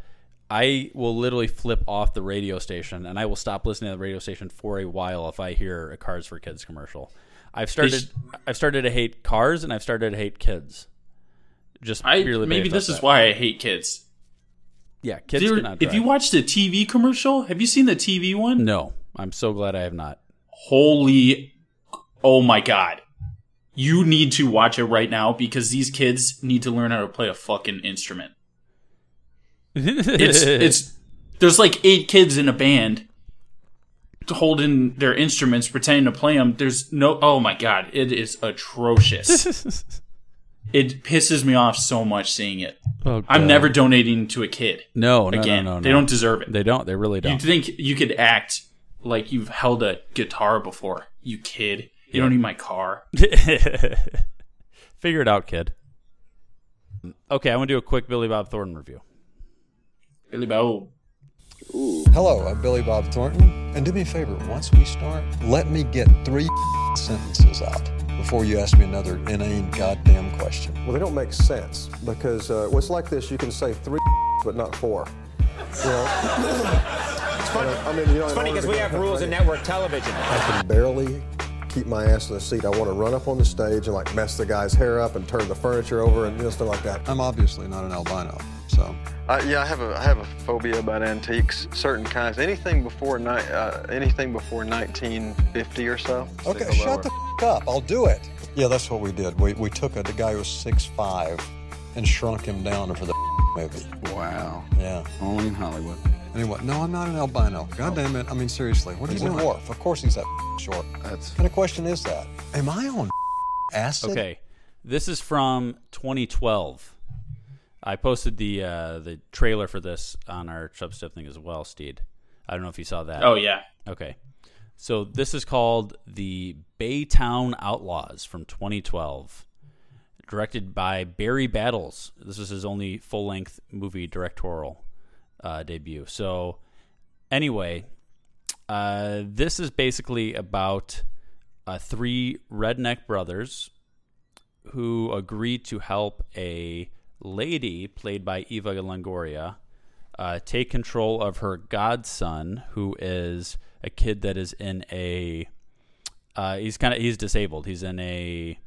Speaker 10: I will literally flip off the radio station and I will stop listening to the radio station for a while if I hear a Cars for Kids commercial. I've started
Speaker 12: It's-
Speaker 10: I've started to hate cars and I've started to hate kids. Just
Speaker 12: I
Speaker 10: purely
Speaker 12: maybe
Speaker 10: based
Speaker 12: this
Speaker 10: off
Speaker 12: is
Speaker 10: that.
Speaker 12: why I hate kids.
Speaker 10: Yeah, kids
Speaker 12: Dude,
Speaker 10: cannot
Speaker 12: if you
Speaker 10: drive.
Speaker 12: watched a TV commercial, have you seen the TV one?
Speaker 10: No, I'm so glad I have not.
Speaker 12: Holy, oh my god! You need to watch it right now because these kids need to learn how to play a fucking
Speaker 10: (laughs)
Speaker 12: instrument. it's it's there's like eight kids in a band holding their instruments pretending to play them there's no oh my god it is
Speaker 10: (laughs)
Speaker 12: atrocious it pisses me off so much seeing it
Speaker 10: Oh,
Speaker 12: i'm
Speaker 10: God.
Speaker 12: never donating to a kid
Speaker 10: No, no,
Speaker 12: again
Speaker 10: no, no,
Speaker 12: they
Speaker 10: no.
Speaker 12: don't deserve it
Speaker 10: They don't. They really
Speaker 12: you
Speaker 10: don't.
Speaker 12: think you could act like you've held a guitar before you kid you don't need my car
Speaker 10: (laughs) Figure it out, kid. Okay, I want to do a quick Billy Bob Thornton review.
Speaker 12: Billy
Speaker 11: oh,
Speaker 12: Bob.
Speaker 2: Hello, I'm Billy Bob Thornton. And do me a favor, once we start, let me get three (laughs) sentences out before you ask me another inane goddamn question.
Speaker 16: Well, they don't make sense because uh, well, it's like this: you can say three, (laughs) but not four. You know?
Speaker 11: It's
Speaker 16: funny. I mean, you know,
Speaker 11: it's
Speaker 16: in
Speaker 11: funny
Speaker 16: order
Speaker 11: because
Speaker 16: to
Speaker 11: we
Speaker 16: get
Speaker 11: have
Speaker 16: that
Speaker 11: rules in
Speaker 16: money-
Speaker 11: network television.
Speaker 16: I can barely keep my ass in the seat. I want to run up on the stage and like mess the guy's hair up and turn the furniture over and you know, stuff like that.
Speaker 2: I'm obviously not an albino, so. Uh, yeah, I have a I have a phobia about antiques, certain kinds, anything before ni- uh, anything before 1950 or so.
Speaker 16: Okay,
Speaker 2: Say
Speaker 16: shut the
Speaker 2: f- up. I'll do it. Yeah, that's what we did. We we took a the guy who was six five, and shrunk him down for the movie. Wow. Yeah. Only in Hollywood. Anyway, no, I'm not an albino. God damn it. I mean, seriously, what are you
Speaker 16: He's a
Speaker 2: doing? Dwarf. Of course he's that short. That's. What kind of question is that? Am I on acid?
Speaker 10: Okay, this is from 2012. I posted the uh, the trailer for this on our Chubstep thing as well, Steed. I don't know if you saw that.
Speaker 12: Oh, yeah.
Speaker 10: Okay, so this is called the Baytown Outlaws from 2012, directed by Barry Battles. This is his only full length movie directorial uh, debut. So, anyway, uh, this is basically about uh, three redneck brothers who agreed to help a lady played by Eva Longoria uh, take control of her godson, who is a kid that is in a. Uh, he's kind of he's disabled. He's in a.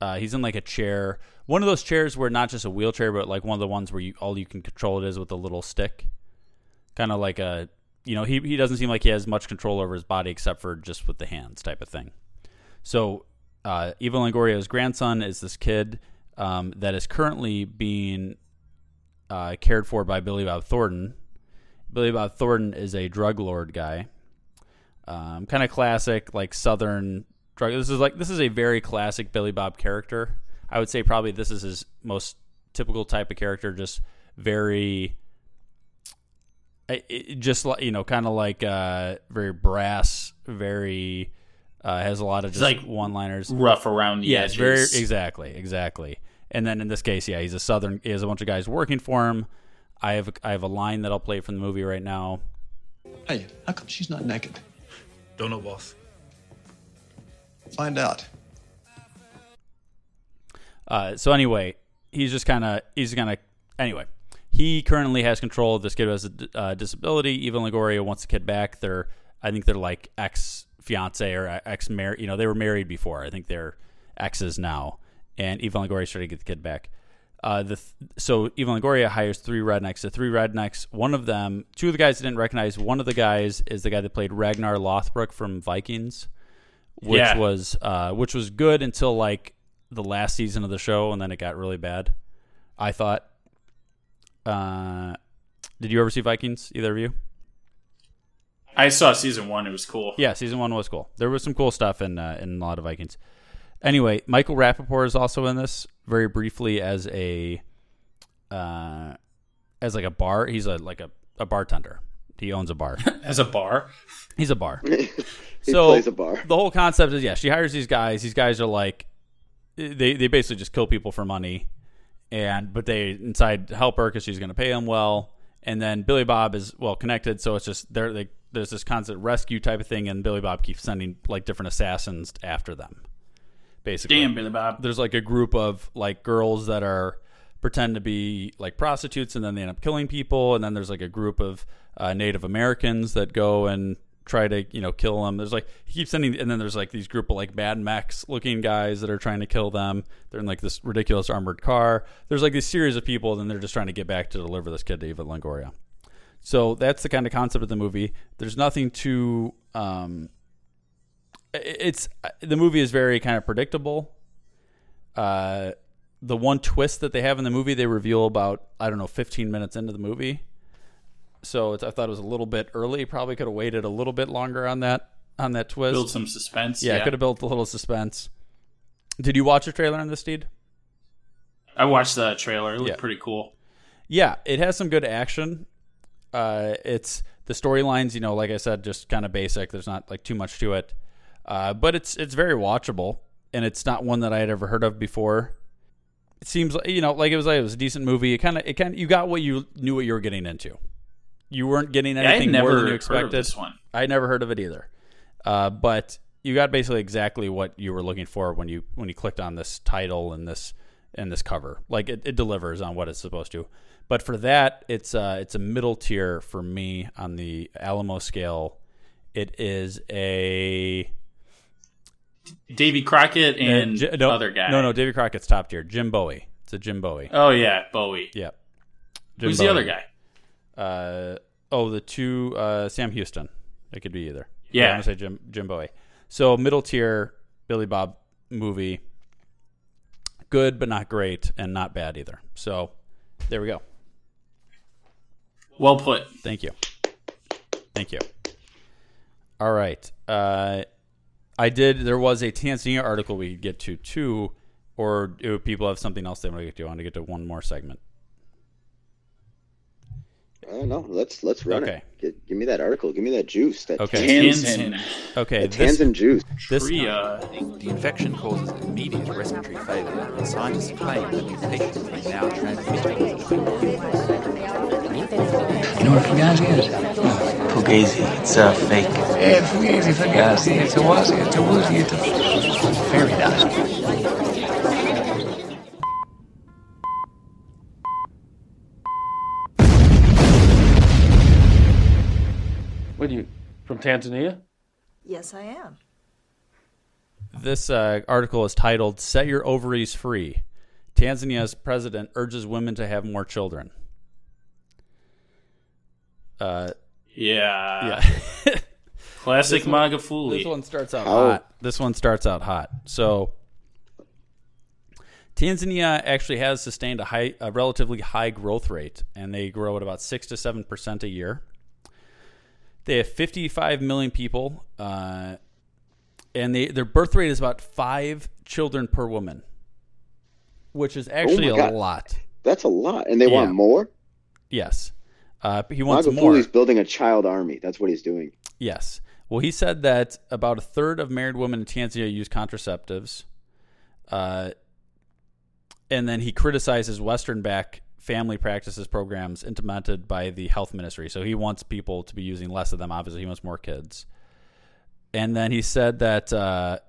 Speaker 10: Uh, he's in like a chair, one of those chairs where not just a wheelchair, but like one of the ones where you all you can control it is with a little stick, kind of like a you know, he, he doesn't seem like he has much control over his body except for just with the hands type of thing. So, uh, Eva Longoria's grandson is this kid um, that is currently being uh, cared for by Billy Bob Thornton. Billy Bob Thornton is a drug lord guy, um, kind of classic like Southern drug. This is like this is a very classic Billy Bob character. I would say probably this is his most typical type of character, just very I- it, just like you know, kind of like uh, very brass, very uh, has a lot of
Speaker 11: It's
Speaker 10: just
Speaker 11: like
Speaker 10: one-liners,
Speaker 11: rough around the
Speaker 10: yeah, it's very
Speaker 11: edges.
Speaker 10: exactly, exactly. And then in this case, yeah, he's a southern. He has a bunch of guys working for him. I have I have a line that I'll play from the movie right now.
Speaker 2: Hey, how come she's not naked?
Speaker 10: Don't know, boss.
Speaker 2: Find out.
Speaker 10: Uh, so anyway, he's just kind of he's kind of anyway. He currently has control of this kid who has a d- uh, disability. Even Longoria wants the kid back. They're I think they're like ex fiance or ex married. You know they were married before. I think they're exes now. And Evan Longoria's trying to get the kid back. Uh, the th- so Evan Longoria hires three rednecks. The three rednecks, one of them, two of the guys I didn't recognize. One of the guys is the guy that played Ragnar Lothbrok from Vikings which
Speaker 11: Yeah.
Speaker 10: was uh, which was good until like the last season of the show, and then it got really bad. I thought. Uh, did you ever see Vikings? Either of you?
Speaker 11: I saw season one. It was cool.
Speaker 10: Yeah, season one was cool. There was some cool stuff in uh, in a lot of Vikings. Anyway, Michael Rappaport is also in this very briefly as a uh, as like a bar. He's a like a, a bartender. He owns a bar.
Speaker 11: As a bar?
Speaker 10: He's a bar.
Speaker 11: He
Speaker 10: so
Speaker 11: plays a bar.
Speaker 10: The whole concept is yeah, she hires these guys. These guys are like they they basically just kill people for money, and but they inside help her because she's going to pay them well. And then Billy Bob is well connected, so it's just there. They, there's this constant rescue type of thing, and Billy Bob keeps sending like different assassins after them. Basically,
Speaker 11: Damn, Billy Bob.
Speaker 10: There's like a group of like girls that are pretend to be like prostitutes, and then they end up killing people. And then there's like a group of uh, Native Americans that go and try to you know kill them. There's like he keeps sending, and then there's like these group of like Mad Max looking guys that are trying to kill them. They're in like this ridiculous armored car. There's like this series of people, and they're just trying to get back to deliver this kid to Eva Longoria. So that's the kind of concept of the movie. There's nothing too. Um, i- it's uh, the movie is very kind of predictable. Uh, the one twist that they have in the movie, they reveal about I don't know 15 minutes into the movie. So it's, I thought it was a little bit early. Probably could have waited a little bit longer on that on that twist.
Speaker 11: Build some suspense,
Speaker 10: Yeah,
Speaker 11: yeah.
Speaker 10: could have built a little suspense. Did you watch a trailer on this, Deed?
Speaker 11: I watched the trailer. It looked pretty cool.
Speaker 10: Yeah, it has some good action. Uh, it's the storylines, you know, like I said, just kind of basic. There's not like too much to it, uh, but it's it's very watchable, and it's not one that I had ever heard of before. It seems like you know, like it was like it was a decent movie. It kind of it kind you got what you knew what you were getting into. You weren't getting
Speaker 11: Yeah, I
Speaker 10: anything
Speaker 11: never
Speaker 10: more than
Speaker 11: heard
Speaker 10: you
Speaker 11: of
Speaker 10: expected.
Speaker 11: this one.
Speaker 10: I never heard of it either, uh, but you got basically exactly what you were looking for when you when you clicked on this title and this and this cover. Like it, it delivers on what it's supposed to. But for that, it's uh, it's a middle tier for me on the Alamo scale. It is a
Speaker 11: Davy Crockett
Speaker 10: uh,
Speaker 11: and
Speaker 10: J- no,
Speaker 11: other guy.
Speaker 10: No, no, David Crockett's top tier. Jim Bowie. It's a Jim Bowie.
Speaker 11: Oh, yeah, Bowie.
Speaker 10: Yeah.
Speaker 11: Who's the other guy?
Speaker 10: Uh, oh, the two uh, Sam Houston. It could be either.
Speaker 11: Yeah.
Speaker 10: I'm gonna say Jim Jim Bowie. So middle tier Billy Bob movie. Good but not great, and not bad either. So there we go.
Speaker 11: Well put.
Speaker 10: Thank you. Thank you. All right. Uh, I did. There was a Tanzania article we could get to too, or do people have something else they want to get to? I want to get to one more segment.
Speaker 12: I don't know. Let's let's run
Speaker 10: Okay.
Speaker 12: it. Gi- give me that article. Give me that juice. That
Speaker 10: Okay.
Speaker 12: Tanzan.
Speaker 10: Okay.
Speaker 12: That Tanzan juice.
Speaker 10: This
Speaker 11: uh,
Speaker 17: The infection causes immediate respiratory failure, and scientists claim that mutations may now transmit
Speaker 18: You know what fugazi is? Fugazi. It's a fake. Yeah, fugazi, fugazi. It's a wazzy, it's a woozy, it's a fairy dust.
Speaker 19: What are you from Tanzania?
Speaker 20: Yes, I am.
Speaker 10: This uh, article is titled "Set Your Ovaries Free." Tanzania's president urges women to have more children. Uh,
Speaker 12: Ah.
Speaker 11: Yeah. Classic
Speaker 10: This one-
Speaker 11: MAGA foolie.
Speaker 10: This one starts out
Speaker 11: Oh.
Speaker 10: hot. This one starts out hot. So Tanzania actually has sustained a high, a relatively high growth rate, and they grow at about six to seven percent a year. They have 55 million people, uh, and they, their birth rate is about five children per woman, which is actually
Speaker 12: Oh my
Speaker 10: a
Speaker 12: God.
Speaker 10: lot.
Speaker 12: That's a lot, and they want
Speaker 10: Yeah.
Speaker 12: more.
Speaker 10: Yes, uh, he wants
Speaker 12: Michael
Speaker 10: more.
Speaker 12: Foley's building a child army. That's what he's doing.
Speaker 10: Yes. Well, he said that about a third of married women in Tanzania use contraceptives. Uh, and then he criticizes Western back family practices programs implemented by the health ministry. So he wants people to be using less of them. Obviously, he wants more kids. And then he said that uh,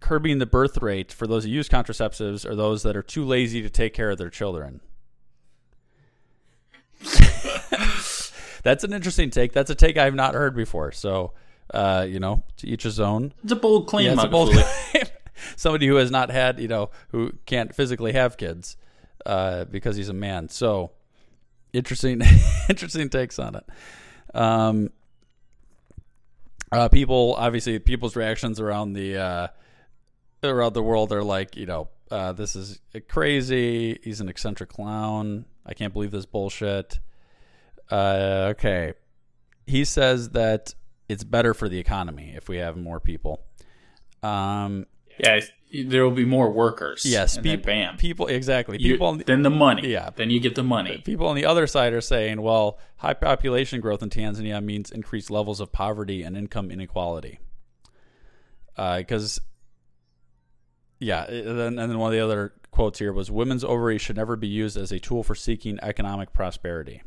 Speaker 10: curbing the birth rate for those who use contraceptives are those that are too lazy to take care of their children. That's an interesting take. That's a take I've not heard before. So, uh, you know, to each his own.
Speaker 11: It's a bold claim,
Speaker 10: Yeah, it's a
Speaker 11: Magafuli.
Speaker 10: bold claim. (laughs) Somebody who has not had, you know, who can't physically have kids uh, because he's a man. So, interesting, (laughs) interesting takes on it. Um, uh, people obviously people's reactions around the uh, around the world are like you know uh, this is crazy he's an eccentric clown i can't believe this bullshit uh, okay he says that it's better for the economy if we have more people um,
Speaker 11: yeah, there will be more workers.
Speaker 10: Yes,
Speaker 11: and then
Speaker 10: peop-
Speaker 11: bam.
Speaker 10: people exactly
Speaker 11: You-
Speaker 10: people on the-
Speaker 11: then the money.
Speaker 10: Yeah.
Speaker 11: Then you get the money.
Speaker 10: people on the other side are saying well high population growth in tanzania means increased levels of poverty and income inequality because yeah, it- and then, and then one of the other quotes here was women's ovaries should never be used as a tool for seeking economic prosperity.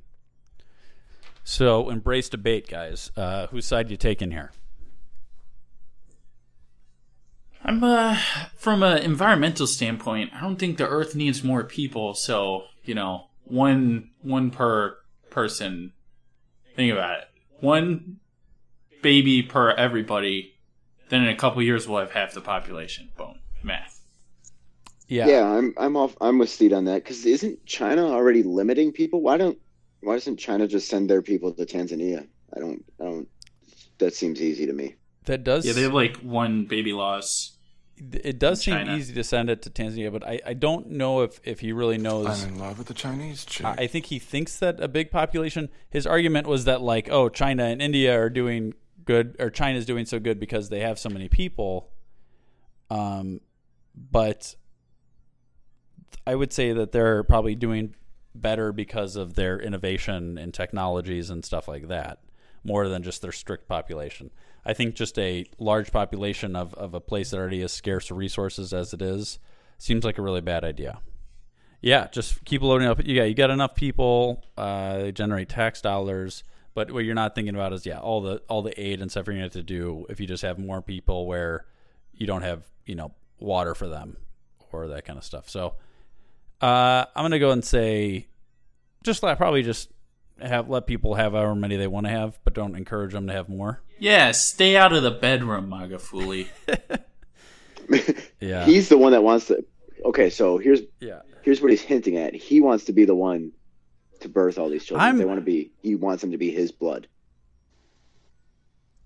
Speaker 10: So embrace debate, guys. Uh, whose side you taking here?
Speaker 11: I'm uh from an environmental standpoint, I don't think the earth needs more people, so, you know, one one per person. Think about it. One baby per everybody, then in a couple years we'll have half the population. Boom. Math.
Speaker 10: Yeah,
Speaker 12: yeah, I'm I'm off. I'm with Steve on that because isn't China already limiting people? Why don't Why doesn't China just send their people to Tanzania? I don't. I don't. That seems easy to me.
Speaker 10: That does.
Speaker 11: Yeah, they have like one baby loss.
Speaker 10: It does seem
Speaker 11: China.
Speaker 10: easy to send it to Tanzania, but I, I don't know if, if he really knows.
Speaker 20: I'm in love with the Chinese chick.
Speaker 10: I I think he thinks that a big population. His argument was that like, oh, China and India are doing good, or China's doing so good because they have so many people. Um, but I would say that they're probably doing better because of their innovation and technologies and stuff like that, more than just their strict population. I think just a large population of, of a place that already has scarce resources as it is seems like a really bad idea. Yeah, just keep loading up. Yeah, you got enough people. Uh, they generate tax dollars, but what you're not thinking about is yeah, all the all the aid and stuff you're gonna have to do if you just have more people where you don't have you know water for them or that kind of stuff. So uh, I'm gonna go and say just let, probably just have let people have however many they want to have, but don't encourage them to have more.
Speaker 11: Yeah, stay out of the bedroom, Magafuli.
Speaker 10: Yeah,
Speaker 12: He's the one that wants to. Okay, so here's
Speaker 10: Yeah.
Speaker 12: here's what he's hinting at. He wants to be the one to birth all these children.
Speaker 10: I'm-
Speaker 12: they want to be. He wants them to be his blood.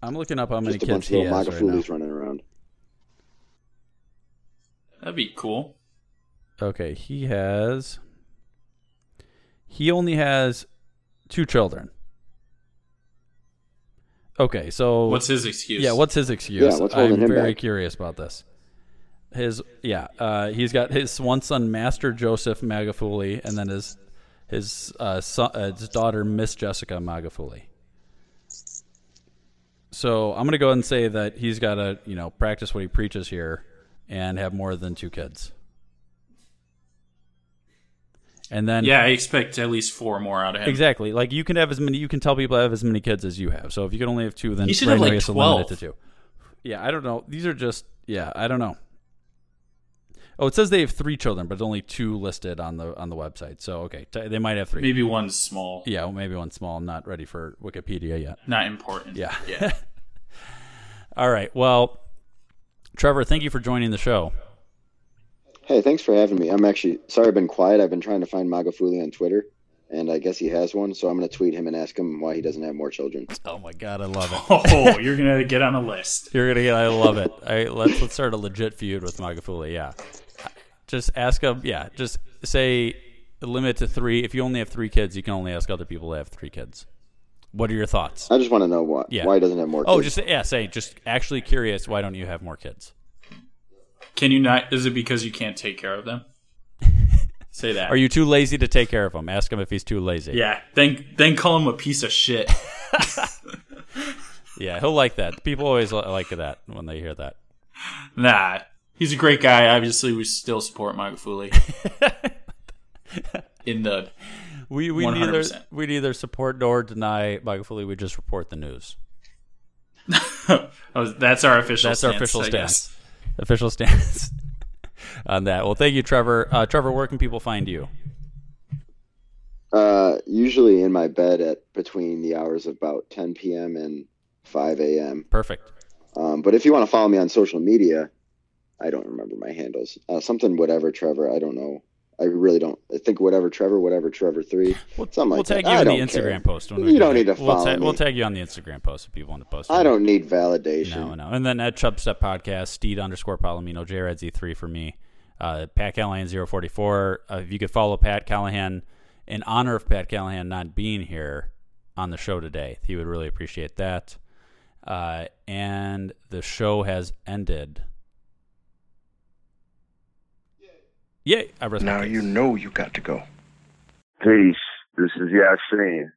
Speaker 10: I'm looking up how many
Speaker 12: Just a
Speaker 10: kids
Speaker 12: bunch of
Speaker 10: he
Speaker 12: little
Speaker 10: has right now.
Speaker 12: magafoolies running around.
Speaker 11: That'd be cool.
Speaker 10: Okay, he has. He only has two children. Okay, so
Speaker 11: What's his excuse?
Speaker 10: Yeah, what's his excuse?
Speaker 11: Yeah, what's holding
Speaker 10: I'm
Speaker 11: him
Speaker 10: very
Speaker 11: back?
Speaker 10: curious about this. His yeah, uh, he's got his one son, Master Joseph Magafuli, and then his his uh, son, uh, his daughter, Miss Jessica Magafuli. So I'm gonna go ahead and say that he's got to you know practice what he preaches here, and have more than two kids. And then
Speaker 11: yeah, I expect at least four more out of him.
Speaker 10: Exactly. Like you can have as many. You can tell people to have as many kids as you have. So if you can only have two, then
Speaker 11: He should
Speaker 10: right
Speaker 11: have
Speaker 10: now
Speaker 11: like
Speaker 10: he has to limit it
Speaker 11: twelve.
Speaker 10: to two. Yeah, I don't know. These are just yeah, I don't know. Oh, it says they have three children, but only two listed on the on the website. So okay, t- they might have three.
Speaker 11: Maybe one's small.
Speaker 10: Yeah, well, maybe one's small. I'm not ready for Wikipedia yet.
Speaker 11: Not important.
Speaker 10: Yeah.
Speaker 11: Yeah.
Speaker 10: (laughs) All right. Well, Trevor, thank you for joining the show.
Speaker 12: Hey, thanks for having me. I'm actually sorry I've been quiet. I've been trying to find Magafuli on Twitter, and I guess he has one. So I'm going to tweet him and ask him why he doesn't have more children.
Speaker 10: Oh my god, I love it.
Speaker 11: (laughs) Oh, you're gonna get on a list.
Speaker 10: You're gonna get. I love it. I let's let's start a legit feud with Magafuli. Yeah, just ask him. Yeah, just say limit to three. If you only have three kids, you can only ask other people to have three kids. What are your thoughts?
Speaker 12: I just want to know why
Speaker 10: Yeah.
Speaker 12: why he doesn't have more.
Speaker 10: Oh,
Speaker 12: kids.
Speaker 10: just yeah. Say just actually curious. Why don't you have more kids?
Speaker 11: Can you not? Is it because you can't take care of them? Say that.
Speaker 10: Are you too lazy to take care of him? Ask him if he's too lazy.
Speaker 11: Yeah. Then then call him a piece of shit.
Speaker 10: yeah. He'll like that. People always li- like that when they hear that.
Speaker 11: nah, he's a great guy. Obviously, we still support Michael
Speaker 10: (laughs)
Speaker 11: Foley. In the (laughs)
Speaker 10: We we
Speaker 11: 100%.
Speaker 10: neither we neither support nor deny Magafuli. We just report the news.
Speaker 11: Oh, that's our official.
Speaker 10: That's
Speaker 11: stance,
Speaker 10: our official
Speaker 11: I guess.
Speaker 10: stance. Official (laughs) stance on that. Well, thank you, Trevor. Uh, Trevor, where can people find you?
Speaker 12: Uh, usually in my bed at between the hours of about 10 p.m. and 5 a.m.
Speaker 10: Perfect.
Speaker 12: Um, but if you want to follow me on social media, I don't remember my handles. Uh, something whatever Trevor. I don't know. I really don't. I think whatever Trevor, whatever Trevor three. We'll, something
Speaker 10: We'll
Speaker 12: like
Speaker 10: tag
Speaker 12: that.
Speaker 10: you
Speaker 12: I
Speaker 10: in the
Speaker 12: don't
Speaker 10: Instagram
Speaker 12: care.
Speaker 10: post. When we
Speaker 12: You
Speaker 10: do
Speaker 12: don't
Speaker 10: that.
Speaker 12: need to
Speaker 10: we'll
Speaker 12: follow
Speaker 10: ta-
Speaker 12: me.
Speaker 10: We'll tag you on the Instagram post if people want to post.
Speaker 12: I don't need validation.
Speaker 10: No, no. And then at Chubb Step Podcast, Steed underscore Palomino, E JRED Z3 for me, uh, Pat Callahan 044. Uh, if you could follow Pat Callahan in honor of Pat Callahan not being here on the show today, he would really appreciate that. Uh, and the show has ended. Yay! I rest my
Speaker 5: Now
Speaker 10: case.
Speaker 5: you know you got to go.
Speaker 20: Peace. This is Yasin.